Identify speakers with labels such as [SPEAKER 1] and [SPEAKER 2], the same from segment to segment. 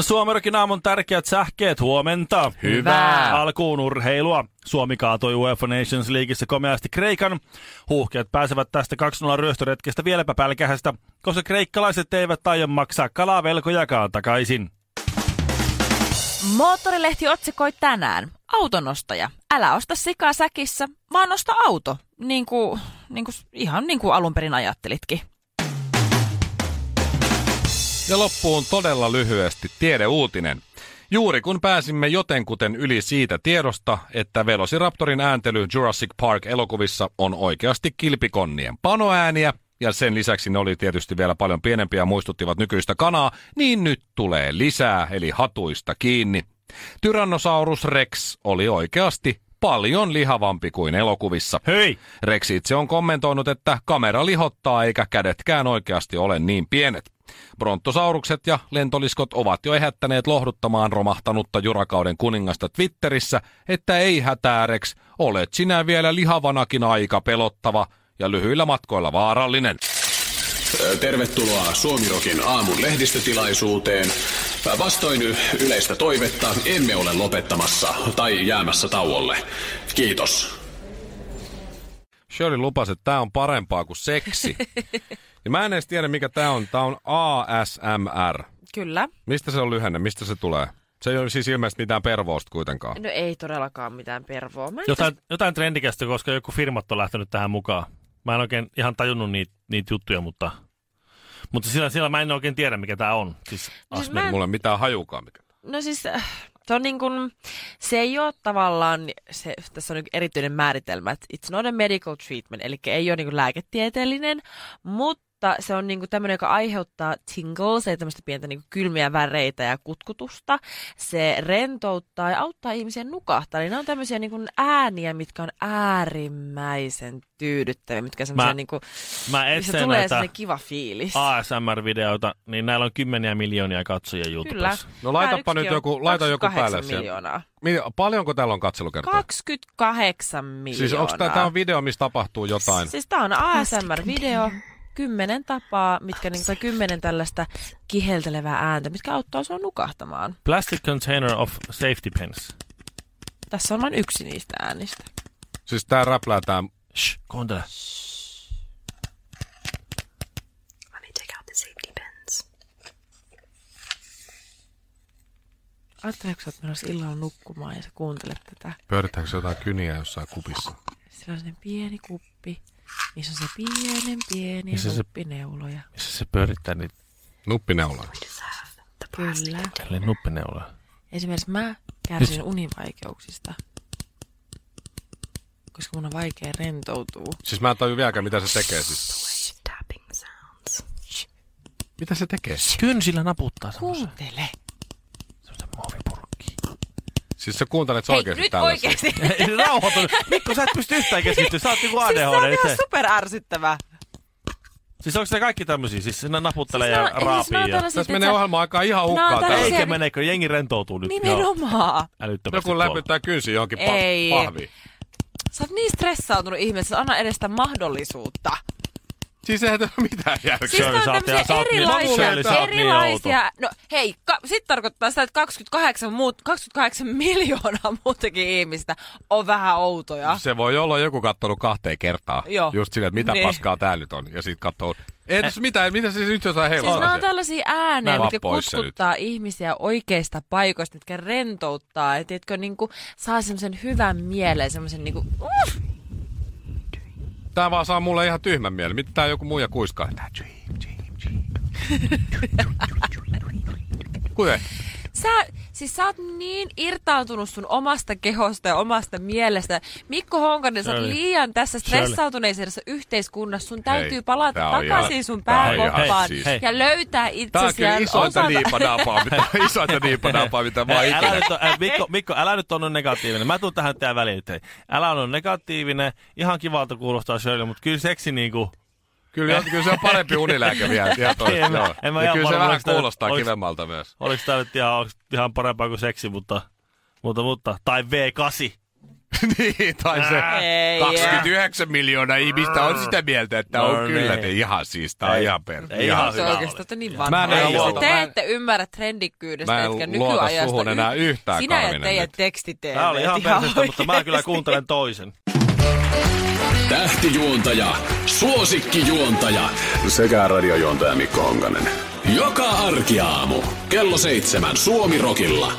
[SPEAKER 1] Suomerokin No, aamun tärkeät sähkeet, huomenta.
[SPEAKER 2] Hyvää.
[SPEAKER 1] Alkuun urheilua. Suomi kaatoi UEFA Nations Leagueissa komeasti Kreikan. Huuhkeet pääsevät tästä 2-0 ryöstöretkestä vieläpä pälkähästä, koska kreikkalaiset eivät aio maksaa kalavelkojakaan takaisin.
[SPEAKER 2] Moottorilehti otsikoi tänään. Autonostaja. Älä osta sikaa säkissä, vaan osta auto. Niin kuin, niin kuin, ihan niin kuin alun perin ajattelitkin.
[SPEAKER 3] Ja loppuun todella lyhyesti tiedeuutinen. Juuri kun pääsimme jotenkuten yli siitä tiedosta, että Velociraptorin ääntely Jurassic Park-elokuvissa on oikeasti kilpikonnien panoääniä, ja sen lisäksi ne oli tietysti vielä paljon pienempiä ja muistuttivat nykyistä kanaa, niin nyt tulee lisää, eli hatuista kiinni. Tyrannosaurus Rex oli oikeasti paljon lihavampi kuin elokuvissa.
[SPEAKER 1] Hyi!
[SPEAKER 3] Rex itse on kommentoinut, että kamera lihottaa eikä kädetkään oikeasti ole niin pienet. Brontosaurukset ja lentoliskot ovat jo ehättäneet lohduttamaan romahtanutta jurakauden kuningasta Twitterissä, että ei hätää Rex, olet sinä vielä lihavanakin aika pelottava ja lyhyillä matkoilla vaarallinen.
[SPEAKER 4] Tervetuloa Suomirokin aamun lehdistötilaisuuteen. Vastoin yleistä toivetta emme ole lopettamassa tai jäämässä tauolle. Kiitos.
[SPEAKER 3] Shirley lupasi, että tämä on parempaa kuin seksi. Ja mä en edes tiedä, mikä tämä on. Tämä on ASMR.
[SPEAKER 2] Kyllä.
[SPEAKER 3] Mistä se on lyhenne? Mistä se tulee? Se ei ole siis ilmeisesti mitään pervoosta kuitenkaan.
[SPEAKER 5] No ei todellakaan mitään pervoa. Mä en
[SPEAKER 1] Jotain, jotain trendikästä, koska joku firmat on lähtenyt tähän mukaan. Mä en oikein ihan tajunnut niitä, niitä juttuja, mutta, mutta siellä, siellä mä en oikein tiedä, mikä tämä on. Siis,
[SPEAKER 2] Siis
[SPEAKER 1] asme-
[SPEAKER 2] mä en-
[SPEAKER 3] Mulla ei ole mitään hajukaan mikä.
[SPEAKER 5] No siis äh, se on niin kuin, se ei ole tavallaan, se, tässä on niin erityinen määritelmä, että it's not a medical treatment, eli ei ole niin kuin lääketieteellinen, mutta se on niin kuin tämmöinen, joka aiheuttaa tingles, eli tämmöistä pientä niin kuin kylmiä väreitä ja kutkutusta. Se rentouttaa ja auttaa ihmisiä nukahtaa. Eli nämä on tämmöisiä niin kuin ääniä, mitkä on äärimmäisen tyydyttäviä, mitkä
[SPEAKER 1] Mä-
[SPEAKER 5] semmoisia niin kuin,
[SPEAKER 1] mä
[SPEAKER 5] missä
[SPEAKER 1] etsin
[SPEAKER 5] tulee
[SPEAKER 1] näitä
[SPEAKER 5] semmoinen kiva fiilis.
[SPEAKER 1] ASMR-videoita, niin näillä on kymmeniä miljoonia katsojia
[SPEAKER 5] Kyllä.
[SPEAKER 1] YouTubessa.
[SPEAKER 3] No laitapa
[SPEAKER 5] Tää
[SPEAKER 3] nyt
[SPEAKER 5] yksikin on
[SPEAKER 3] joku, laita joku
[SPEAKER 5] 28
[SPEAKER 3] päälle siihen.
[SPEAKER 5] miljoonaa.
[SPEAKER 3] Mi- Paljonko täällä on katselukertaa?
[SPEAKER 5] 28 miljoonaa.
[SPEAKER 3] Siis onko tää, tää on video, missä tapahtuu jotain?
[SPEAKER 5] Siis tää on ASMR-video. Kymmenen tapaa, mitkä niin, tai kymmenen tällaista kiheltelevää ääntä, mitkä auttaa sua nukahtamaan.
[SPEAKER 1] Plastic Container of Safety Pens.
[SPEAKER 5] Tässä on vain yksi niistä äänistä.
[SPEAKER 3] Siis tää räplää tää...
[SPEAKER 1] Shh, kuuntele.
[SPEAKER 6] Let me take out the safety pins.
[SPEAKER 5] Ajatteleeko sä, että menossa illalla nukkumaan ja sä kuuntelet tätä?
[SPEAKER 3] Pyörittääkö se jotain kyniä jossain kupissa?
[SPEAKER 5] Sillä on sen pieni kuppi, missä on se pienen pieni
[SPEAKER 1] Missä se-
[SPEAKER 5] kuppineuloja.
[SPEAKER 1] Missä se pyörittää niitä
[SPEAKER 3] Nuppineula.
[SPEAKER 5] Kyllä.
[SPEAKER 1] tälleen nuppineulaan?
[SPEAKER 5] Esimerkiksi mä kärsin univaikeuksista, koska mun on vaikea rentoutua.
[SPEAKER 3] Siis mä en tajua vieläkään, mitä se tekee siis.
[SPEAKER 6] Tapping sounds.
[SPEAKER 3] Mitä se tekee?
[SPEAKER 1] Kynsillä naputtaa semmoisen
[SPEAKER 5] Kuuntele.
[SPEAKER 1] muovipurkkiin.
[SPEAKER 3] Siis sä kuuntelet sä
[SPEAKER 5] Hei,
[SPEAKER 3] oikeesti
[SPEAKER 5] nyt
[SPEAKER 3] tällaisia.
[SPEAKER 5] oikeesti.
[SPEAKER 1] Ei rauhoitu. Mikko, sä et pysty yhtään keskittyä. Sä oot niinku
[SPEAKER 5] siis se on
[SPEAKER 1] ADHD
[SPEAKER 5] ihan
[SPEAKER 1] itse.
[SPEAKER 5] super ärsyttävää.
[SPEAKER 1] Siis onko se kaikki tämmöisiä? Siis ne naputtelee
[SPEAKER 5] Siis
[SPEAKER 1] ja
[SPEAKER 5] ne on- siis ne
[SPEAKER 1] raapii
[SPEAKER 5] on
[SPEAKER 1] ja...
[SPEAKER 5] tällaisia-
[SPEAKER 3] Tässä menee ohjelma aika ihan hukkaan
[SPEAKER 5] tällaisia-
[SPEAKER 3] täällä.
[SPEAKER 5] Ei.
[SPEAKER 1] Eikä meneekö? Jengi rentoutuu nyt. Joo,
[SPEAKER 5] Nimenomaan.
[SPEAKER 1] Älyttömästi
[SPEAKER 3] Joku
[SPEAKER 1] tuolla.
[SPEAKER 3] läpyttää kynsi johonkin pa-
[SPEAKER 5] Ei.
[SPEAKER 3] pahviin.
[SPEAKER 5] Sä oot niin stressautunut ihmeessä, anna edes sitä mahdollisuutta.
[SPEAKER 3] Siis eihän tämä ole mitään järkeä.
[SPEAKER 5] Siis
[SPEAKER 1] Shirley,
[SPEAKER 5] tää
[SPEAKER 1] sä oot-
[SPEAKER 5] on
[SPEAKER 1] ja sä
[SPEAKER 5] tämmöisiä
[SPEAKER 1] oot niin-
[SPEAKER 5] erilaisia,
[SPEAKER 1] Shirley, sä oot niin
[SPEAKER 5] erilaisia. No hei, ka- sit tarkoittaa sitä, että 28, muut, 28 miljoonaa muutakin ihmistä on vähän outoja.
[SPEAKER 3] Se voi olla joku kattonut kahteen kertaa.
[SPEAKER 5] Joo.
[SPEAKER 3] Just silleen, että mitä
[SPEAKER 5] Niin.
[SPEAKER 3] paskaa tää nyt on. Ja sit katsoo, ei tässä mitään, mitä se nyt jotain
[SPEAKER 5] Siis nämä
[SPEAKER 3] heilaa.
[SPEAKER 5] on tällaisia ääniä,
[SPEAKER 3] Mä
[SPEAKER 5] mitkä
[SPEAKER 3] vaan pois se
[SPEAKER 5] kutkuttaa ihmisiä oikeista paikoista, mitkä rentouttaa. Ja tiedätkö, niin kuin, saa semmoisen hyvän mielen, semmoisen niin kuin, uh,
[SPEAKER 3] Tää vaan saa mulle ihan tyhmän mielen. Mitä tää joku muija kuiskaa? Tää dream, dream, dream. Kuten?
[SPEAKER 5] sä, Siis sä oot niin irtaantunut sun omasta kehosta ja omasta mielestä. Mikko Honkanen, sä oot
[SPEAKER 1] Shirley.
[SPEAKER 5] liian tässä
[SPEAKER 1] Shirley.
[SPEAKER 5] stressautuneisessa yhteiskunnassa. Sun
[SPEAKER 3] Hei,
[SPEAKER 5] täytyy palata
[SPEAKER 3] tää on
[SPEAKER 5] takaisin
[SPEAKER 3] ihan-
[SPEAKER 5] sun
[SPEAKER 3] tää on ihan
[SPEAKER 5] pääkoppaan
[SPEAKER 3] siis-
[SPEAKER 1] Hei.
[SPEAKER 5] ja löytää
[SPEAKER 3] Tää on
[SPEAKER 5] itsesi
[SPEAKER 3] kyllä
[SPEAKER 5] ja
[SPEAKER 3] isointa
[SPEAKER 5] osata...
[SPEAKER 3] niipanapaa, mitä, isointa niipanapaa, mitä mä oon
[SPEAKER 1] Hei, älä
[SPEAKER 3] ikinä.
[SPEAKER 1] nyt, on- äh, Mikko, Mikko, älä nyt on negatiivinen. Mä tuun tähän tää väliin. nyt, hei. Älä on negatiivinen. Ihan kivalta kuulostaa Shirley, mutta kyllä seksi niinku...
[SPEAKER 3] Kyllä, kyllä se on parempi unilääke vielä. tietoisesti,
[SPEAKER 1] En mä-
[SPEAKER 3] joo.
[SPEAKER 1] en mä
[SPEAKER 3] Ja
[SPEAKER 1] ihan
[SPEAKER 3] kyllä se
[SPEAKER 1] varma,
[SPEAKER 3] vähän
[SPEAKER 1] oliko se-
[SPEAKER 3] kuulostaa
[SPEAKER 1] oliko-
[SPEAKER 3] kivemmalta myös.
[SPEAKER 1] Oliko tää nyt ihan, onks ihan parempaa kuin seksi, mutta... Mutta, mutta. Tai V8.
[SPEAKER 3] niin, tai se
[SPEAKER 5] Ei,
[SPEAKER 3] 29 miljoonaa ihmistä on sitä mieltä, että on
[SPEAKER 1] No
[SPEAKER 3] kyllä.
[SPEAKER 1] niin.
[SPEAKER 3] Ne ihan siis, tää on
[SPEAKER 1] Ei.
[SPEAKER 3] ihan per.
[SPEAKER 1] Ei ihan
[SPEAKER 5] Se
[SPEAKER 1] hyvä
[SPEAKER 5] on
[SPEAKER 1] ole.
[SPEAKER 5] oikeastaan että niin
[SPEAKER 3] Mä
[SPEAKER 5] vanha.
[SPEAKER 3] en enää
[SPEAKER 5] asia.
[SPEAKER 3] luota. Mä
[SPEAKER 5] Te
[SPEAKER 3] en-
[SPEAKER 5] ette ymmärrä
[SPEAKER 3] Mä
[SPEAKER 5] trendikkyydestä,
[SPEAKER 3] en
[SPEAKER 5] etkä
[SPEAKER 3] luota
[SPEAKER 5] nykyajasta.
[SPEAKER 3] suhun
[SPEAKER 5] yh-
[SPEAKER 3] enää yhtään,
[SPEAKER 5] Sinä ja
[SPEAKER 3] Karvinen,
[SPEAKER 5] teidän
[SPEAKER 3] nyt.
[SPEAKER 5] tekstiteet.
[SPEAKER 1] Tää oli ihan persestä, mutta mä kyllä kuuntelen toisen.
[SPEAKER 4] Tähtijuontaja, suosikkijuontaja sekä radiojuontaja Mikko Honkanen. Joka arkiaamu kello seitsemän Suomi Rokilla.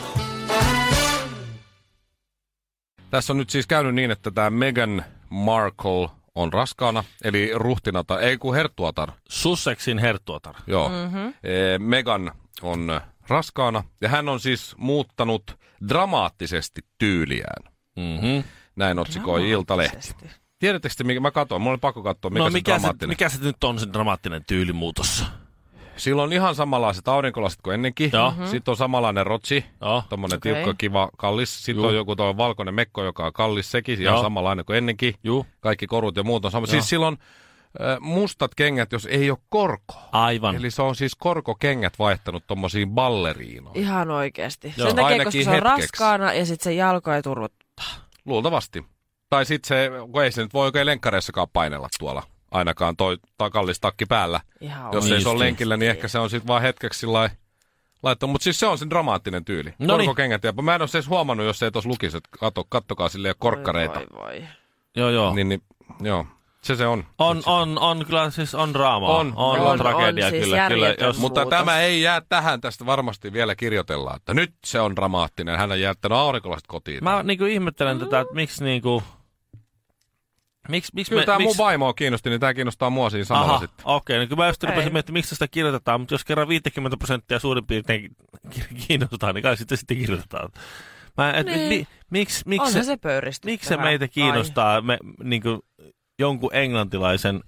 [SPEAKER 3] Tässä on nyt siis käynyt niin, että tämä Meghan Markle on raskaana, eli ruhtinata, ei kun herttuatar,
[SPEAKER 1] Sussexin herttuotar.
[SPEAKER 3] joo.
[SPEAKER 5] Mhm.
[SPEAKER 3] Mm-hmm. Megan on raskaana, ja hän on siis muuttanut dramaattisesti tyyliään.
[SPEAKER 1] Mm-hmm.
[SPEAKER 3] Näin otsikoi Iltalehti. Tiedättekö te, mikä mä katsoin? Mulla oli pakko katsoa, mikä,
[SPEAKER 1] no
[SPEAKER 3] se
[SPEAKER 1] mikä se,
[SPEAKER 3] dramaattinen.
[SPEAKER 1] mikä se nyt on se dramaattinen tyylimuutos?
[SPEAKER 3] Sillä on ihan samanlaiset aurinkolasit kuin ennenkin.
[SPEAKER 1] Joo.
[SPEAKER 3] Mm-hmm. Sitten on samanlainen rotsi,
[SPEAKER 1] Joo.
[SPEAKER 3] tommonen
[SPEAKER 5] Okei.
[SPEAKER 3] okay. tiukka, kiva, kallis. Sitten
[SPEAKER 1] Juu.
[SPEAKER 3] on joku tuo valkoinen mekko, joka on kallis, sekin ihan
[SPEAKER 1] Joo.
[SPEAKER 3] samanlainen kuin ennenkin.
[SPEAKER 1] Juu.
[SPEAKER 3] Kaikki korut ja muut on sama. Siis silloin äh, mustat kengät, jos ei ole korkoa.
[SPEAKER 1] Aivan.
[SPEAKER 3] Eli se on siis korkokengät vaihtanut tommosiin balleriinoihin.
[SPEAKER 5] Ihan oikeesti.
[SPEAKER 3] Joo.
[SPEAKER 5] Sen takia,
[SPEAKER 3] Ainakin
[SPEAKER 5] koska se on
[SPEAKER 3] hetkeksi.
[SPEAKER 5] raskaana ja sit se jalko ei turvot.
[SPEAKER 3] Luultavasti. Tai sitten se, kun ei se nyt voi oikein lenkkareissakaan painella tuolla. Ainakaan toi ta- kallis takki päällä.
[SPEAKER 5] Ihan
[SPEAKER 3] Jos ei se
[SPEAKER 1] Niin
[SPEAKER 3] ole
[SPEAKER 1] justiin.
[SPEAKER 3] lenkillä, niin ehkä se on sitten vaan hetkeksi sillä laittaa. Mutta siis se on sen dramaattinen tyyli.
[SPEAKER 1] No niin.
[SPEAKER 3] Korkokengät ja mä en ole edes huomannut, jos ei tuossa lukisi, että kato, kattokaa sille ja korkkareita.
[SPEAKER 5] Voi, voi, voi.
[SPEAKER 1] Joo, joo.
[SPEAKER 3] Niin, niin, joo. Se se on.
[SPEAKER 1] On, on, on kyllä siis on draamaa.
[SPEAKER 3] On.
[SPEAKER 1] on,
[SPEAKER 3] On,
[SPEAKER 1] on,
[SPEAKER 3] on,
[SPEAKER 1] tragedia
[SPEAKER 5] siis
[SPEAKER 1] kyllä. kyllä
[SPEAKER 5] järjetön
[SPEAKER 1] jos,
[SPEAKER 3] Mutta
[SPEAKER 5] Muutos.
[SPEAKER 3] tämä ei jää tähän, tästä varmasti vielä kirjoitellaan, että nyt se on dramaattinen. Hän on jättänyt aurinkolasit kotiin.
[SPEAKER 1] mä niinku ihmettelen tätä, että miksi niinku... Miksi, miksi
[SPEAKER 3] Kyllä
[SPEAKER 1] me,
[SPEAKER 3] tämä mun
[SPEAKER 1] miksi...
[SPEAKER 3] vaimoa kiinnosti, niin tämä kiinnostaa mua siinä samalla
[SPEAKER 1] Aha,
[SPEAKER 3] sitten.
[SPEAKER 1] okei. Okay. Niin mä just
[SPEAKER 5] Ei.
[SPEAKER 1] rupesin miettimään, miksi sitä kirjoitetaan, mutta jos kerran 50 prosenttia suurin piirtein ki- kiinnostaa, niin kai sitten sitten kirjoitetaan. Mä, et,
[SPEAKER 5] Niin.
[SPEAKER 1] niin. mi, miksi, miksi,
[SPEAKER 5] Onhan
[SPEAKER 1] se,
[SPEAKER 5] se, se pöyristyttävää.
[SPEAKER 1] miksi se meitä kiinnostaa me, niinku, jonkun englantilaisen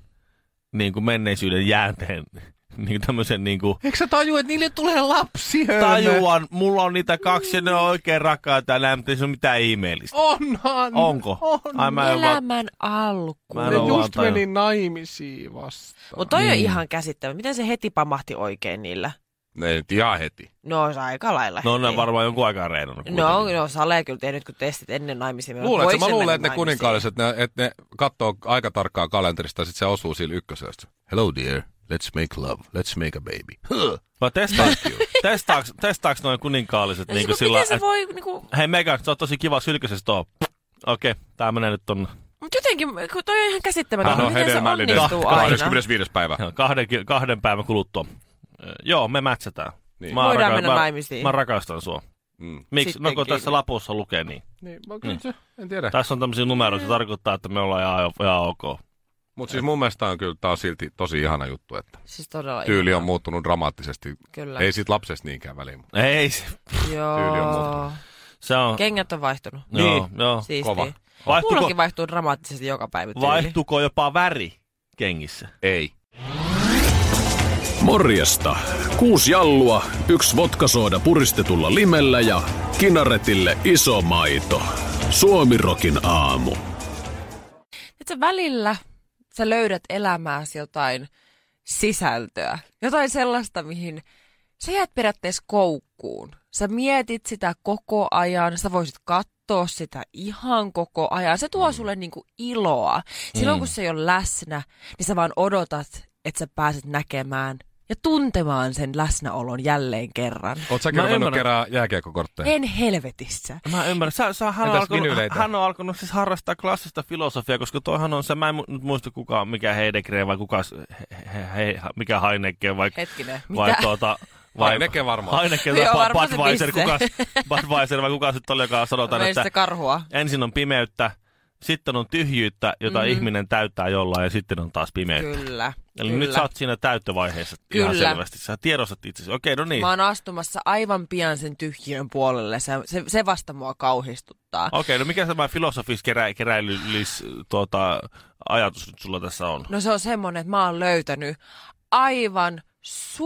[SPEAKER 1] niinku, menneisyyden jäänteen niinku, tämmöisen niinku,
[SPEAKER 3] Eikö sä tajua, että niille tulee lapsi?
[SPEAKER 1] tajuan, mulla on niitä kaksi ja ne on oikein rakkaita ja lämmintä, ei se ole mitään ihmeellistä.
[SPEAKER 3] Onhan.
[SPEAKER 1] Onko? Ai, mä
[SPEAKER 5] Ai.
[SPEAKER 1] en vaan,
[SPEAKER 5] Elämän alku.
[SPEAKER 1] Mä en Niin. Ne ole just vaan meni
[SPEAKER 3] naimisiin vastaan.
[SPEAKER 5] Mutta toi on ihan käsittämätöntä. Miten se heti pamahti oikein niillä?
[SPEAKER 3] Ne nyt ihan heti.
[SPEAKER 5] No se aika lailla
[SPEAKER 1] no ne
[SPEAKER 5] heti.
[SPEAKER 1] on varmaan jonkun aikaa reinannut.
[SPEAKER 5] No,
[SPEAKER 1] kuitenkin.
[SPEAKER 5] no Sale kyllä tehnyt kun testit ennen naimisiin. menoa.
[SPEAKER 3] Luuletko,
[SPEAKER 5] Voi
[SPEAKER 3] mä
[SPEAKER 5] se
[SPEAKER 3] luulen,
[SPEAKER 5] mennä
[SPEAKER 3] että ne
[SPEAKER 5] naimisiin. No
[SPEAKER 3] kuninkaalliset, ne, että ne katsoo aika tarkkaa kalenterista ja sitten se osuu sillä ykkösellä. sit se, Hello dear, let's make love, let's make a baby. Huh.
[SPEAKER 1] Vai testaaks, testaaks, testaaks noin kuninkaalliset
[SPEAKER 5] No, siis,
[SPEAKER 1] niinku
[SPEAKER 5] kun
[SPEAKER 1] sillä
[SPEAKER 5] miten se
[SPEAKER 1] et-
[SPEAKER 5] voi, niinku,
[SPEAKER 1] Hei Mega, sä oot tosi kiva sylkäsessä tuo. Okei, tää menee nyt tonne.
[SPEAKER 5] mut jotenkin, kun toi on ihan
[SPEAKER 3] Hän
[SPEAKER 5] käsittämätöntä,
[SPEAKER 3] on
[SPEAKER 5] miten se
[SPEAKER 3] hedelmällinen.
[SPEAKER 5] onnistuu aina.
[SPEAKER 3] 25. päivä.
[SPEAKER 1] Joo, Kahden, ki- kahden päivän kuluttua. Ö, Joo, me mätsätään.
[SPEAKER 3] Niin.
[SPEAKER 1] Mä
[SPEAKER 5] Voidaan
[SPEAKER 1] raka-
[SPEAKER 5] mennä
[SPEAKER 1] mä,
[SPEAKER 5] naimisiin.
[SPEAKER 1] Mä rakastan sua.
[SPEAKER 3] Mm.
[SPEAKER 1] Miksi? No kun
[SPEAKER 5] Niin. Sittenkin.
[SPEAKER 1] tässä lapussa lukee niin.
[SPEAKER 3] Niin, kyllä se, en tiedä.
[SPEAKER 1] Tässä on tämmöisiä numeroita, se tarkoittaa, että me ollaan ihan, ihan ok.
[SPEAKER 3] Mutta siis mun mielestä tää on kyllä, tää on silti tosi ihana juttu, että
[SPEAKER 5] Siis todella
[SPEAKER 3] tyyli on muuttunut dramaattisesti.
[SPEAKER 5] Kyllä.
[SPEAKER 3] Ei siitä lapsesta niinkään väliin. mutta
[SPEAKER 1] Ei, se-
[SPEAKER 3] tyyli on
[SPEAKER 5] Joo.
[SPEAKER 3] muuttunut. No.
[SPEAKER 1] se on...
[SPEAKER 5] Kengät on vaihtunut.
[SPEAKER 1] Joo, Niin. joo.
[SPEAKER 5] Siistiä.
[SPEAKER 3] kova.
[SPEAKER 1] Vaihtuko,
[SPEAKER 5] Niin. Mullakin vaihtuu dramaattisesti joka päivä tyyli.
[SPEAKER 1] vaihtuko jopa väri kengissä?
[SPEAKER 3] Ei.
[SPEAKER 4] Morjesta. Kuusi jallua, yksi vodkasooda puristetulla limellä ja kinaretille iso maito. Suomirokin aamu.
[SPEAKER 5] että sä välillä sä löydät elämääsi jotain sisältöä, jotain sellaista, mihin sä jäät periaatteessa koukkuun. Sä mietit sitä koko ajan, sä voisit katsoa sitä ihan koko ajan. Se
[SPEAKER 1] Mm.
[SPEAKER 5] tuo sulle niinku iloa. Silloin kun se ei ole läsnä, niin sä vaan odotat, että sä pääset näkemään ja tuntemaan sen läsnäolon jälleen kerran.
[SPEAKER 3] Oot säkin
[SPEAKER 1] Mä
[SPEAKER 3] ruvennut
[SPEAKER 1] ymmärrän.
[SPEAKER 3] kerää jääkiekkokortteja?
[SPEAKER 5] En helvetissä.
[SPEAKER 1] Mä ymmärrän. Sä, sä, hän, on
[SPEAKER 3] Entäs
[SPEAKER 1] alkanut,
[SPEAKER 3] vinyleitä?
[SPEAKER 1] hän on alkanut siis harrastaa klassista filosofiaa, koska toihan on se, mä en mu- nyt muista kuka, on, mikä Heidegger vai kuka, s- he, he, he, mikä Heineken vai,
[SPEAKER 5] Hetkinen,
[SPEAKER 1] vai
[SPEAKER 5] mitä?
[SPEAKER 1] tuota, vai,
[SPEAKER 3] Heineken varmaan.
[SPEAKER 1] Heineken
[SPEAKER 5] Joo,
[SPEAKER 1] tai
[SPEAKER 5] varmaan se
[SPEAKER 1] Budweiser,
[SPEAKER 5] pisse.
[SPEAKER 1] kuka, Budweiser vai kuka sitten oli, joka sanotaan,
[SPEAKER 5] Meistä
[SPEAKER 1] että
[SPEAKER 5] karhua.
[SPEAKER 1] ensin on pimeyttä, sitten on tyhjyyttä, jota mm-hmm. ihminen täyttää jollain ja sitten on taas pimeyttä.
[SPEAKER 5] Mhm. Kyllä.
[SPEAKER 1] Eli
[SPEAKER 5] kyllä.
[SPEAKER 1] nyt sä oot siinä täyttövaiheessa ihan
[SPEAKER 5] Kyllä.
[SPEAKER 1] selvästi. Sä tiedostat itsesi. Okei, no niin.
[SPEAKER 5] Mä oon astumassa aivan pian sen tyhjön puolelle. Se, se, se vasta mua kauhistuttaa.
[SPEAKER 1] Okei, no mikä tämä filosofiskeräilyllis tuota, ajatus nyt sulla tässä on?
[SPEAKER 5] No se on semmonen, että mä oon löytänyt aivan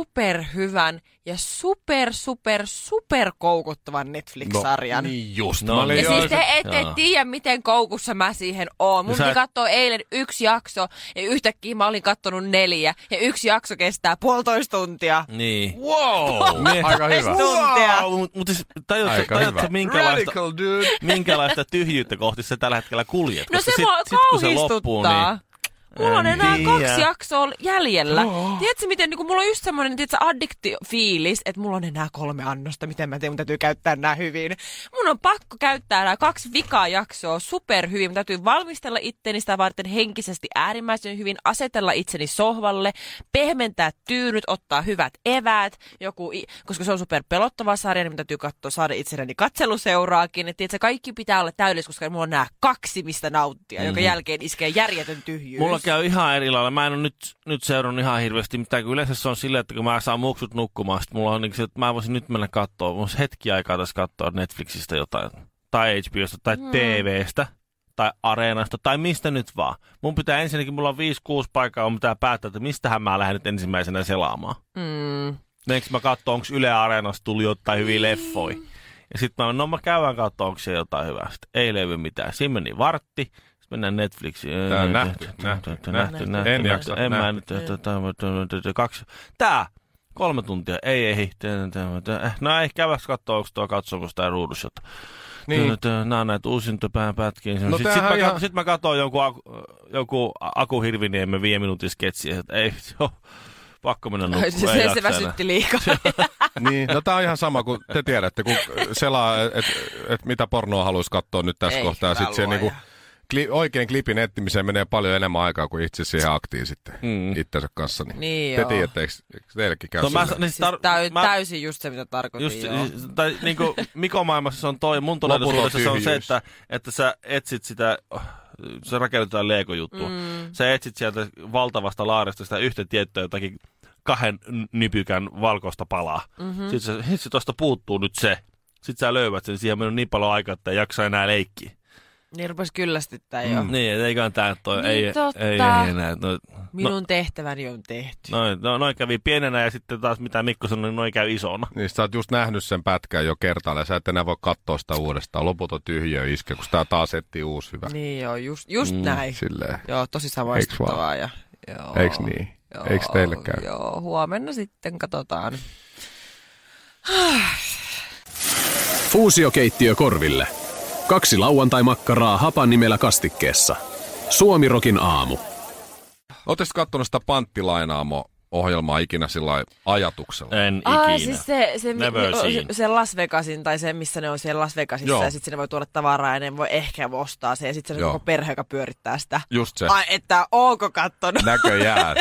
[SPEAKER 5] superhyvän ja super, super, super koukuttavan Netflix-sarjan.
[SPEAKER 3] Niin just.
[SPEAKER 1] No
[SPEAKER 3] Mä olin
[SPEAKER 1] niin.
[SPEAKER 5] Ja
[SPEAKER 3] jo-
[SPEAKER 5] siis te ette
[SPEAKER 1] Joo.
[SPEAKER 5] tiedä, miten koukussa mä siihen oon. Mun
[SPEAKER 1] sä-
[SPEAKER 5] piti katsoa eilen yksi jakso ja yhtäkkiä mä olin kattonut neljä. Ja yksi jakso kestää puolitoista tuntia.
[SPEAKER 1] Niin.
[SPEAKER 3] Wow! Aika
[SPEAKER 1] Mm.
[SPEAKER 3] hyvä.
[SPEAKER 5] Tuntia.
[SPEAKER 1] Wow, mutta mut siis tajutko,
[SPEAKER 3] Aika
[SPEAKER 1] tajutko
[SPEAKER 3] hyvä.
[SPEAKER 1] minkälaista,
[SPEAKER 3] dude.
[SPEAKER 1] minkälaista tyhjyyttä kohti sä tällä hetkellä kuljet?
[SPEAKER 5] No
[SPEAKER 1] Koska
[SPEAKER 5] se mua
[SPEAKER 1] kun se loppuu,
[SPEAKER 5] kauhistuttaa.
[SPEAKER 1] niin
[SPEAKER 5] Mulla on
[SPEAKER 1] En
[SPEAKER 5] enää
[SPEAKER 1] tiedä.
[SPEAKER 5] kaksi jaksoa jäljellä. Tiedätkö miten, niin kun mulla on just semmoinen tiedätkö, addikti-fiilis, että mulla on enää kolme annosta, miten mä teen, mun täytyy käyttää nämä hyvin. Mun on pakko käyttää nämä kaksi vikaa jaksoa superhyvin. Mun täytyy valmistella itteni sitä varten henkisesti äärimmäisen hyvin, asetella itseni sohvalle, pehmentää tyynyt, ottaa hyvät eväät, joku, i- koska se on super pelottava sarja, niin mun täytyy katsoa, saada itselleni katseluseuraakin. Et tiedätkö, kaikki pitää olla täydellistä, koska mulla on nämä kaksi, mistä nauttia, mm-hmm. jonka jälkeen iskee järjetön tyhjyys.
[SPEAKER 1] Mulla käy ihan eri lailla. Mä en ole nyt, nyt seurannut ihan hirveästi mitään. Kun yleensä se on silleen, että kun mä saan muksut nukkumaan, sit mulla on niin se, että mä voisin nyt mennä katsoa. Mulla olisi hetki aikaa tässä katsoa Netflixistä jotain. Tai HBOsta, tai mm. TVstä, tai Areenasta, tai mistä nyt vaan. Mun pitää ensinnäkin, mulla on 5-6 paikkaa, mun pitää päättää, että mistähän mä lähden nyt ensimmäisenä selaamaan.
[SPEAKER 5] Mm.
[SPEAKER 1] Meneekö mä katsoa, onko Yle Areenasta tullut jotain hyviä leffoi. Ja sitten mä no mä käydään katsoa, onko se jotain hyvää. Sit ei löydy mitään. Siinä meni vartti. Sitten mennään Netflixiin.
[SPEAKER 3] Tää
[SPEAKER 1] Ei,
[SPEAKER 3] on
[SPEAKER 1] ei,
[SPEAKER 3] nähty,
[SPEAKER 1] ei,
[SPEAKER 3] nähty,
[SPEAKER 1] ei, ei,
[SPEAKER 3] nähty,
[SPEAKER 1] nähty,
[SPEAKER 3] nähty.
[SPEAKER 1] nähty,
[SPEAKER 3] En
[SPEAKER 1] nähty.
[SPEAKER 3] jaksa,
[SPEAKER 1] En
[SPEAKER 3] nähty.
[SPEAKER 1] mä nyt. tää- tää- tää- tää- tää- Kaksi. Tää! Kolme tuntia. Ei ehdi. Tää- tää- tää- eh, No ei käväs katsoa, onko tuo katsoa, sitä ruudussa.
[SPEAKER 3] Niin.
[SPEAKER 1] Niin. Nämä on näitä uusintopään pätkiä.
[SPEAKER 3] No
[SPEAKER 1] No, sitten sit
[SPEAKER 3] tämähän
[SPEAKER 1] mä,
[SPEAKER 3] on ihan-
[SPEAKER 1] ihan... sit mä katsoin joku, Aku- joku Aku Hirviniemme viime minuutin sketsiä, että ei, se on pakko mennä
[SPEAKER 5] No,
[SPEAKER 1] nukkumaan.
[SPEAKER 5] se,
[SPEAKER 1] ei
[SPEAKER 5] se,
[SPEAKER 1] jaksa
[SPEAKER 5] se
[SPEAKER 1] enää.
[SPEAKER 5] väsytti liikaa.
[SPEAKER 3] Niin. No tää on ihan sama kuin te tiedätte, kun selaa, että et, et mitä pornoa haluaisi katsoa nyt tässä
[SPEAKER 5] Ei,
[SPEAKER 3] kohtaa. ja
[SPEAKER 5] hyvä
[SPEAKER 3] Sit se niinku, kli, oikein klipin etsimiseen menee paljon enemmän aikaa kuin itse siihen aktiin sitten mm.
[SPEAKER 1] Mm.
[SPEAKER 3] itsensä kanssa. Niin,
[SPEAKER 5] Niin
[SPEAKER 3] te
[SPEAKER 5] joo.
[SPEAKER 3] tiedätte, eikö eikö teillekin käy
[SPEAKER 1] No mä,
[SPEAKER 3] silleen?
[SPEAKER 1] niin,
[SPEAKER 5] Siis
[SPEAKER 1] tar-
[SPEAKER 5] tää on
[SPEAKER 1] mä,
[SPEAKER 5] täysin just se, mitä tarkoitin.
[SPEAKER 1] Just,
[SPEAKER 5] Just, joo.
[SPEAKER 1] tai niin kuin Mikon maailmassa se on toi, mun
[SPEAKER 3] Loputon
[SPEAKER 1] todellisuudessa se on se,
[SPEAKER 3] tyhjyys.
[SPEAKER 1] että, että sä etsit sitä, se rakennetaan Lego-juttua. Mm. Sä etsit sieltä valtavasta laarista sitä yhtä tiettyä jotakin kahden n- nypykän valkoista palaa.
[SPEAKER 5] Mhm.
[SPEAKER 1] Mm-hmm. Sitten sä, hitsi, tosta puuttuu nyt se. Sitten sä löydät sen, siihen on mennyt niin paljon aikaa, että ei jaksa enää leikkiä.
[SPEAKER 5] Niin rupes kyllästyttää jo.
[SPEAKER 1] Mm. Niin, et eiköhän tää toi,
[SPEAKER 5] Niin,
[SPEAKER 1] ei, ei,
[SPEAKER 5] totta.
[SPEAKER 1] ei, enää. No,
[SPEAKER 5] Minun tehtäväni on tehty.
[SPEAKER 1] noin, no, noin kävi pienenä ja sitten taas mitä Mikko sanoi, niin noin käy isona.
[SPEAKER 3] Niin sä oot just nähnyt sen pätkän jo kertaalleen, sä et enää voi katsoa sitä uudestaan. Loputon tyhjö iske, kun tää taas etsii uusi hyvä.
[SPEAKER 5] Niin joo, just, just mm. näin.
[SPEAKER 3] Silleen.
[SPEAKER 5] Joo, tosi samaistuttavaa. Ja, joo,
[SPEAKER 3] Eiks niin? Eiks teille käy?
[SPEAKER 5] Joo, huomenna sitten katsotaan.
[SPEAKER 4] Fuusiokeittiö korville. Kaksi lauantai-makkaraa hapan nimellä kastikkeessa. Suomirokin aamu.
[SPEAKER 3] Ootteko kattonut sitä panttilainaamo-ohjelmaa ikinä sillä ajatuksella?
[SPEAKER 1] En ikinä.
[SPEAKER 5] Ah, siis se, se, mi-
[SPEAKER 1] Never
[SPEAKER 5] mi-
[SPEAKER 1] seen.
[SPEAKER 5] se, se Las Vegasin, tai se, missä ne on siellä Las Vegasissa,
[SPEAKER 3] Joo.
[SPEAKER 5] joo. ja sitten sinne voi tuoda tavaraa, ja ne voi ehkä ostaa se, ja sitten se
[SPEAKER 3] Joo.
[SPEAKER 5] on koko perhe, joka pyörittää sitä.
[SPEAKER 3] Just se.
[SPEAKER 5] Ai, että onko kattonut?
[SPEAKER 3] Näköjään.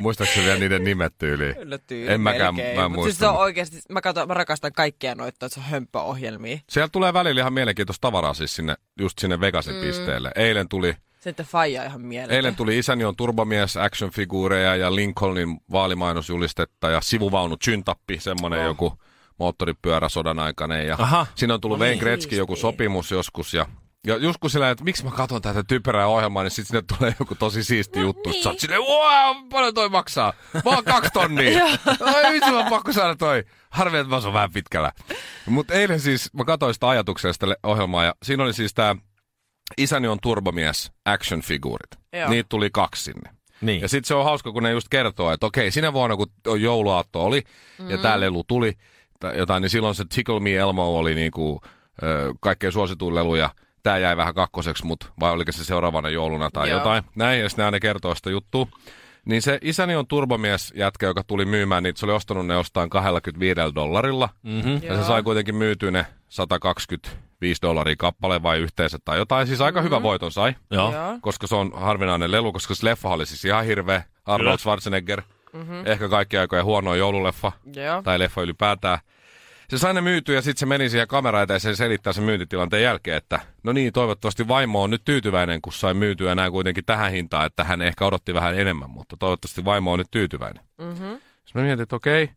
[SPEAKER 3] Muistaakseni vielä niiden nimet tyyliin?
[SPEAKER 5] Kyllä tyyli
[SPEAKER 3] En mäkään,
[SPEAKER 5] melkein.
[SPEAKER 3] mä en
[SPEAKER 5] Mut
[SPEAKER 3] muista.
[SPEAKER 5] Siis se on oikeasti, mä, katson, mä rakastan kaikkia noita, että se on hömpöohjelmia.
[SPEAKER 3] Siellä tulee välillä ihan mielenkiintoista tavaraa siis sinne, just sinne Vegasin mm. pisteelle. Eilen tuli,
[SPEAKER 5] Sitten faija ihan mieleen.
[SPEAKER 3] eilen tuli isäni on turbamies, actionfiguureja ja Lincolnin vaalimainosjulistetta ja sivuvaunu Chintappi, semmoinen oh. joku moottoripyörä sodan aikainen. Ja
[SPEAKER 1] Aha.
[SPEAKER 3] Siinä on tullut no Wayne Gretzky joku sopimus joskus ja ja joskus sillä, että miksi mä katson tätä typerää ohjelmaa, niin sitten sinne tulee joku tosi siisti no, juttu. Niin. Sä oot silleen, wow, paljon toi maksaa? Vaan kaksi tonnia. Ai vitsi, mä oon pakko saada toi. Harvi, että mä oon vähän pitkällä. Mutta eilen siis, mä katsoin sitä ajatuksella sitä le- ohjelmaa ja siinä oli siis tää Isäni on turbomies action figuurit.
[SPEAKER 5] Joo.
[SPEAKER 3] Niitä tuli kaksi sinne.
[SPEAKER 1] Niin.
[SPEAKER 3] Ja sitten se on hauska, kun ne just kertoo, että okei, sinä vuonna kun jouluaatto oli mm. ja tämä lelu tuli, tai jotain, niin silloin se Tickle Me Elmo oli niinku, ö, kaikkein suosituin lelu ja tämä jäi vähän kakkoseksi, mutta vai oliko se seuraavana jouluna tai
[SPEAKER 5] Joo.
[SPEAKER 3] jotain. Näin, ja sitten ne aina kertoo sitä juttua. Niin se isäni on turbomies jätkä, joka tuli myymään niitä. Se oli ostanut ne jostain 25 dollarilla.
[SPEAKER 1] Mhm.
[SPEAKER 3] Mm-hmm. Ja se sai kuitenkin myytyä ne 125 dollaria kappale vai yhteensä tai jotain. Siis aika mm-hmm. hyvä voiton sai
[SPEAKER 1] Joo.
[SPEAKER 5] Joo.
[SPEAKER 3] koska se on harvinainen lelu, koska se leffa oli siis ihan hirveä. Arnold
[SPEAKER 1] Kyllä.
[SPEAKER 3] Schwarzenegger, mm-hmm. ehkä kaikki aikojen huono joululeffa,
[SPEAKER 5] Joo.
[SPEAKER 3] tai leffa ylipäätään. Se sai ne myytyä ja sitten se meni siihen kamera eteen ja se selittää sen myyntitilanteen jälkeen, että no niin, toivottavasti vaimo on nyt tyytyväinen, kun sai myytyä nämä kuitenkin tähän hintaan, että hän ehkä odotti vähän enemmän, mutta toivottavasti vaimo on nyt tyytyväinen.
[SPEAKER 5] Mm-hmm.
[SPEAKER 3] Sitten mä mietin, että okei.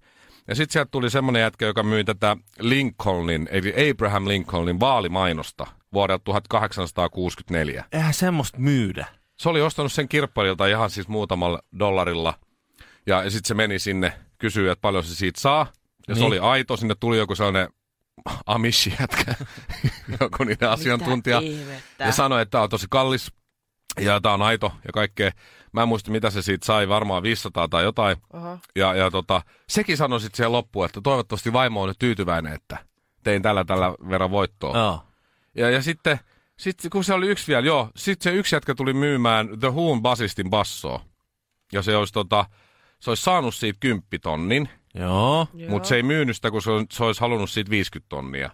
[SPEAKER 3] Ja sitten sieltä tuli semmoinen jätkä, joka myi tätä Lincolnin, eli Abraham Lincolnin vaalimainosta vuodelta 1864.
[SPEAKER 1] Eihän semmoista myydä.
[SPEAKER 3] Se oli ostanut sen kirpparilta ihan siis muutamalla dollarilla. Ja sitten se meni sinne, kysyy, että paljon se siitä saa. Ja niin. se
[SPEAKER 1] Niin.
[SPEAKER 3] oli aito, sinne tuli joku sellainen amishjätkä, joku niiden asiantuntija. Ja sanoi, että tämä on tosi kallis ja tämä on aito ja kaikkea. Mä en muista, mitä se siitä sai, varmaan 500 tai jotain.
[SPEAKER 5] Oho.
[SPEAKER 3] Ja, ja tota, sekin sanoi sitten siihen loppuun, että toivottavasti vaimo on nyt tyytyväinen, että tein tällä tällä verran voittoa.
[SPEAKER 1] Joo.
[SPEAKER 3] Ja, ja sitten, sit, kun se oli yksi vielä, joo, sitten se yksi jätkä tuli myymään The Who'n basistin bassoa. Ja se olisi, tota, se olisi saanut siitä 10 tonnin,
[SPEAKER 1] Joo.
[SPEAKER 3] mutta se ei myynyt sitä, kun se, on, se olisi halunnut siitä 50 tonnia.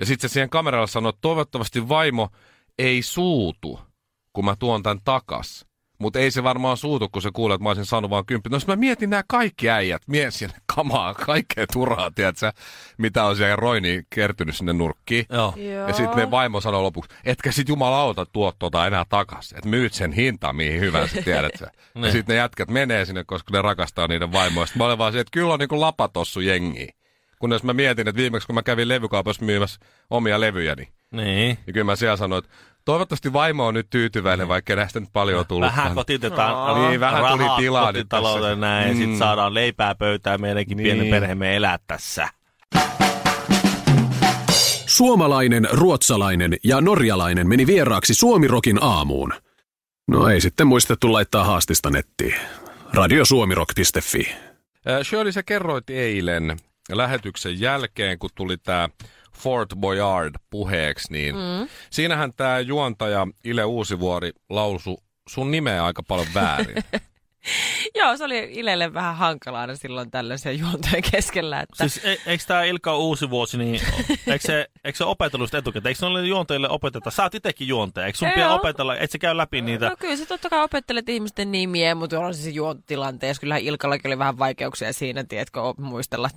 [SPEAKER 3] Ja sitten se siihen kameralla sanoi, että toivottavasti vaimo ei suutu, kun mä tuon tämän takas. Mutta ei se varmaan suutu, kun se kuulee, että mä olisin saanut vaan kymppi. No sit mä mietin nämä kaikki äijät, mies ja kamaa, kaikkea turhaa, tiedätkö, mitä on siellä roini kertynyt sinne nurkkiin.
[SPEAKER 1] Joo.
[SPEAKER 5] Joo.
[SPEAKER 3] Ja sitten ne vaimo sanoi lopuksi, etkä sit jumalauta tuo tuota enää takas. Että myyt sen hinta mihin hyvänsä, tiedät sä. ja
[SPEAKER 1] Niin.
[SPEAKER 3] sitten ne jätkät menee sinne, koska ne rakastaa niiden vaimoista. Mä olen vaan se, että kyllä on niinku lapatossu jengi. Kunnes mä mietin, että viimeksi kun mä kävin levykaupassa myymässä omia levyjäni,
[SPEAKER 1] Niin.
[SPEAKER 3] niin kyllä mä siellä sanoin, että toivottavasti vaimo on nyt tyytyväinen, vaikka näistä nyt paljon on tullut.
[SPEAKER 1] Vähän kotitetaan
[SPEAKER 3] Niin, vähän tuli
[SPEAKER 1] rahaa
[SPEAKER 3] tilaa nyt
[SPEAKER 1] kotitalouteen
[SPEAKER 3] tässä.
[SPEAKER 1] näin, ja
[SPEAKER 3] Mm.
[SPEAKER 1] sitten saadaan leipää pöytään meidänkin niin. pienen
[SPEAKER 3] Niin.
[SPEAKER 1] perheemme elää tässä.
[SPEAKER 4] Suomalainen, ruotsalainen ja norjalainen meni vieraaksi Suomirokin aamuun. No ei sitten muistettu laittaa haastista nettiin. Radiosuomirok.fi
[SPEAKER 3] Äh, Shirley, sä kerroit eilen lähetyksen jälkeen, kun tuli tämä Fort Boyard puheeksi, niin mm. siinähän tämä juontaja Ile Uusivuori lausu sun nimeä aika paljon väärin.
[SPEAKER 5] Joo, se oli Ilelle vähän hankalaa aina silloin tällaisen juontojen keskellä. Että...
[SPEAKER 1] Siis e, eikö tämä Ilkka ole uusi vuosi, niin eikö se, eikö se opetellut sitä etukäteen? Eikö noille juonteille opeteta? Sä oot itsekin juonteja, eikö sun
[SPEAKER 5] Ei
[SPEAKER 1] pidä
[SPEAKER 5] oo.
[SPEAKER 1] opetella? Et sä käy läpi niitä?
[SPEAKER 5] No kyllä sä totta kai opettelet ihmisten nimiä, mutta on siis juontilanteessa. Kyllähän Ilkallakin oli vähän vaikeuksia siinä, tiedätkö, op- muistella.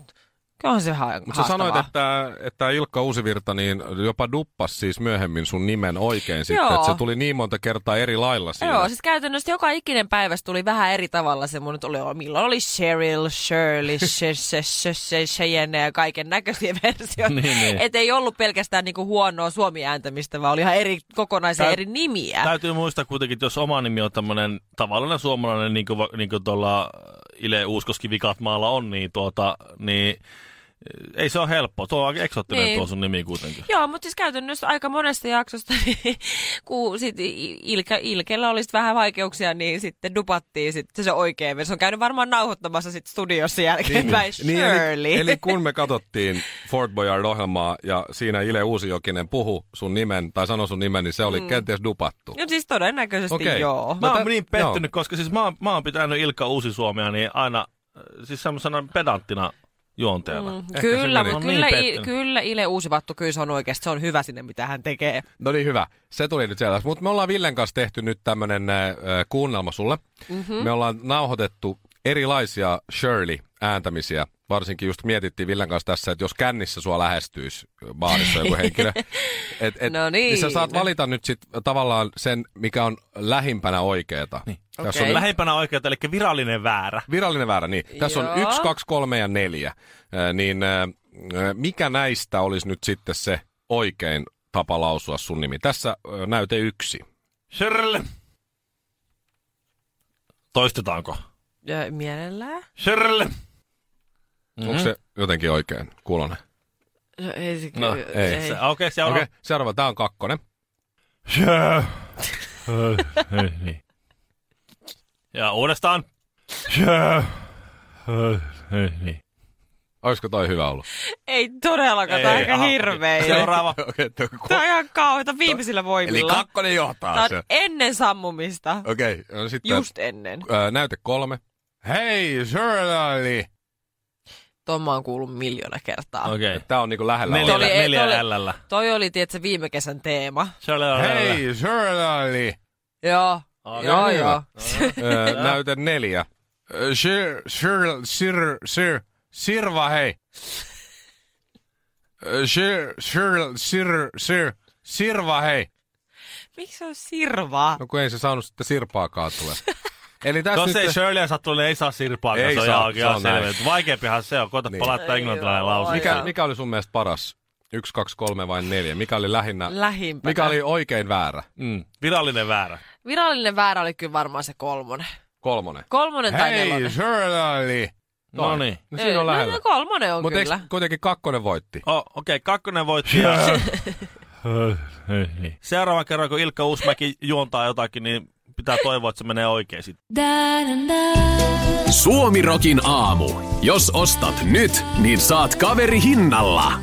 [SPEAKER 5] Kyllä on se ha-
[SPEAKER 3] Mutta sä sanoit,
[SPEAKER 5] haastavaa.
[SPEAKER 3] että, että Ilkka Uusivirta niin jopa duppas siis myöhemmin sun nimen oikein sitten,
[SPEAKER 5] Joo.
[SPEAKER 3] että se tuli niin monta kertaa eri lailla siinä.
[SPEAKER 5] Joo, siis käytännössä joka ikinen päivästä tuli vähän eri tavalla se mun nyt oli, milloin oli Cheryl, Shirley, She- She- She- She- Cheyenne ja kaiken näköisiä versioita.
[SPEAKER 1] Niin, niin.
[SPEAKER 5] Et ei ollut pelkästään niinku huonoa suomi-ääntämistä, vaan oli ihan eri, kokonaisia
[SPEAKER 1] Tää-
[SPEAKER 5] eri nimiä.
[SPEAKER 1] Täytyy muistaa kuitenkin, että jos oma nimi on tämmöinen tavallinen suomalainen, niin kuin, va- niin kuin tuolla Ile Uuskoski Vikatmaalla on, niin, tuota, niin eh, ei se ole helppoa. Tuo on aika eksoottinen
[SPEAKER 5] Niin.
[SPEAKER 1] niin. tuo sun nimi kuitenkin.
[SPEAKER 5] Joo, mutta siis käytännössä aika monesta jaksosta, niin, kun sit I- Ilke, Ilkellä oli sit vähän vaikeuksia, niin sitten dupattiin sitten se oikea versio. Se on käynyt varmaan nauhoittamassa sitten studiossa jälkeenpäin
[SPEAKER 3] Niin,
[SPEAKER 5] Shirley.
[SPEAKER 3] eli, eli kun me katsottiin Fort Boyard-ohjelmaa ja siinä Ile Uusijokinen puhu sun nimen tai sanoi sun nimen, niin se oli mm. kenties dupattu.
[SPEAKER 5] No siis todennäköisesti
[SPEAKER 3] Okei.
[SPEAKER 5] okay. joo.
[SPEAKER 1] Mä
[SPEAKER 3] No
[SPEAKER 1] oon
[SPEAKER 3] tä-
[SPEAKER 1] niin pettynyt, koska siis mä, oon- mä oon pitänyt Ilkka Uusi-Suomea niin aina äh, siis semmoisena pedanttina juonteella. Mm.
[SPEAKER 3] ehkä se
[SPEAKER 5] Kyllä,
[SPEAKER 3] meni.
[SPEAKER 5] mutta
[SPEAKER 1] Mä oon
[SPEAKER 5] kyllä,
[SPEAKER 1] niin
[SPEAKER 5] I,
[SPEAKER 1] pettynyt.
[SPEAKER 5] kyllä Ile Uusivattu, kyllä se on oikeasti, se on hyvä sinne, mitä hän tekee.
[SPEAKER 3] No niin, hyvä. Se tuli nyt selväksi. Mutta me ollaan Villen kanssa tehty nyt tämmöinen äh, kuunnelma sulle. Mm-hmm.
[SPEAKER 5] Mhm.
[SPEAKER 3] Me ollaan nauhoitettu erilaisia Shirley-ääntämisiä. Varsinkin just mietittiin Villen kanssa tässä, että jos kännissä sua lähestyisi äh, baarissa joku henkilö. Et, et,
[SPEAKER 5] No niin.
[SPEAKER 3] Niin sä saat valita nyt sit tavallaan sen, mikä on lähimpänä oikeeta. Niin. Tässä
[SPEAKER 5] Okei.
[SPEAKER 3] on
[SPEAKER 1] Lähempänä oikeutta, eli virallinen väärä.
[SPEAKER 3] Virallinen väärä, niin. Tässä on
[SPEAKER 5] Joo.
[SPEAKER 3] yksi, kaksi, kolme ja neljä. Äh, Niin äh, mikä näistä olisi nyt sitten se oikein tapa lausua sun nimi? Tässä äh, näyte yksi.
[SPEAKER 1] Shirley! Toistetaanko?
[SPEAKER 5] Ja mielellään?
[SPEAKER 1] Shirley!
[SPEAKER 5] Mhm.
[SPEAKER 3] Mm-hmm. Onko se jotenkin oikein kuulonen?
[SPEAKER 5] No ei se
[SPEAKER 1] No,
[SPEAKER 5] kyllä-
[SPEAKER 3] ei.
[SPEAKER 1] Se- Okei, okay, seuraava.
[SPEAKER 3] Okei, okay, seuraava. Tämä on kakkonen.
[SPEAKER 1] Shö. Ö, niin. Ja uudestaan. Shö. Ö, niin.
[SPEAKER 3] Olisiko toi hyvä ollut?
[SPEAKER 5] ei todellakaan, tämä on aika
[SPEAKER 1] aha,
[SPEAKER 5] hirveä.
[SPEAKER 1] Seuraava.
[SPEAKER 3] Okei, okay,
[SPEAKER 5] Tämä Ah. on ihan kauheita viimeisillä
[SPEAKER 3] Eli
[SPEAKER 5] voimilla.
[SPEAKER 3] kakkonen
[SPEAKER 5] Tämä
[SPEAKER 3] johtaa
[SPEAKER 5] on
[SPEAKER 3] se.
[SPEAKER 5] ennen sammumista.
[SPEAKER 3] Okei, okay, no sitten
[SPEAKER 5] Just ennen.
[SPEAKER 3] ää, näyte kolme. Hei, Shirley!
[SPEAKER 5] Tuon mä oon kuullut miljoona kertaa.
[SPEAKER 1] Okei. Okay.
[SPEAKER 3] Tämä on niinku lähellä.
[SPEAKER 5] Toi oli-
[SPEAKER 1] Neljällä,
[SPEAKER 5] ei, toi
[SPEAKER 1] neljällä
[SPEAKER 5] oli-
[SPEAKER 1] L-llä.
[SPEAKER 5] Toi oli, tietsä, viime kesän teema.
[SPEAKER 1] Se oli
[SPEAKER 3] oleva.
[SPEAKER 1] Hei.
[SPEAKER 3] Hei, Shirley!
[SPEAKER 5] Joo.
[SPEAKER 1] Okei,
[SPEAKER 5] joo,
[SPEAKER 3] hyvä.
[SPEAKER 5] joo.
[SPEAKER 3] Öö, näyte neljä. Öö, Sir, sir, sir, sir, sirva hei. Sir, sir, sir, sir, sirva hei.
[SPEAKER 5] Miksi se on sirvaa?
[SPEAKER 3] No kun ei se saanut sitten sirpaakaan tule. Eli tässä
[SPEAKER 1] Jos ei
[SPEAKER 3] nyt...
[SPEAKER 1] Shirley saa tulla, niin ei saa sirpaa,
[SPEAKER 3] Ei
[SPEAKER 1] se on
[SPEAKER 3] saa,
[SPEAKER 1] ihan,
[SPEAKER 3] se
[SPEAKER 1] ihan
[SPEAKER 3] on näin.
[SPEAKER 1] selvä. Vaikeampihan se on, koita
[SPEAKER 3] Niin.
[SPEAKER 1] niin. palattaa englantilainen lause.
[SPEAKER 3] mikä, mikä oli sun mielestä paras? Yksi, kaksi, kolme vai neljä? Mikä oli lähinnä...
[SPEAKER 5] Lähimpänä.
[SPEAKER 3] Mikä oli oikein väärä?
[SPEAKER 1] Mm, virallinen väärä.
[SPEAKER 5] Virallinen väärä oli kyllä varmaan se kolmonen.
[SPEAKER 3] Kolmonen.
[SPEAKER 5] Kolmonen tai
[SPEAKER 3] Hei,
[SPEAKER 5] nelonen.
[SPEAKER 3] Shirley!
[SPEAKER 1] No niin.
[SPEAKER 3] No siinä on
[SPEAKER 5] Ei,
[SPEAKER 3] lähellä.
[SPEAKER 5] No, no kolmonen on
[SPEAKER 3] Mut
[SPEAKER 5] kyllä.
[SPEAKER 3] eikö kuitenkin kakkonen voitti?
[SPEAKER 1] Oh, Okei, okay, kakkonen voitti. Ja... Seuraavan kerran, kun Ilkka Uusmäki juontaa jotakin, niin pitää toivoa, että se menee oikein sitten.
[SPEAKER 4] Suomirokin aamu. Jos ostat nyt, niin saat kaveri hinnalla.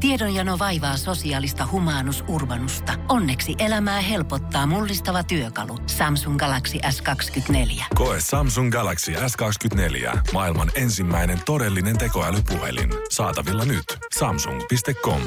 [SPEAKER 7] Tiedonjano vaivaa sosiaalista humanus urbanusta. Onneksi elämää helpottaa mullistava työkalu Samsung Galaxy S24.
[SPEAKER 8] Koe Samsung Galaxy S24. Maailman ensimmäinen todellinen tekoälypuhelin. Saatavilla nyt. Samsung.com.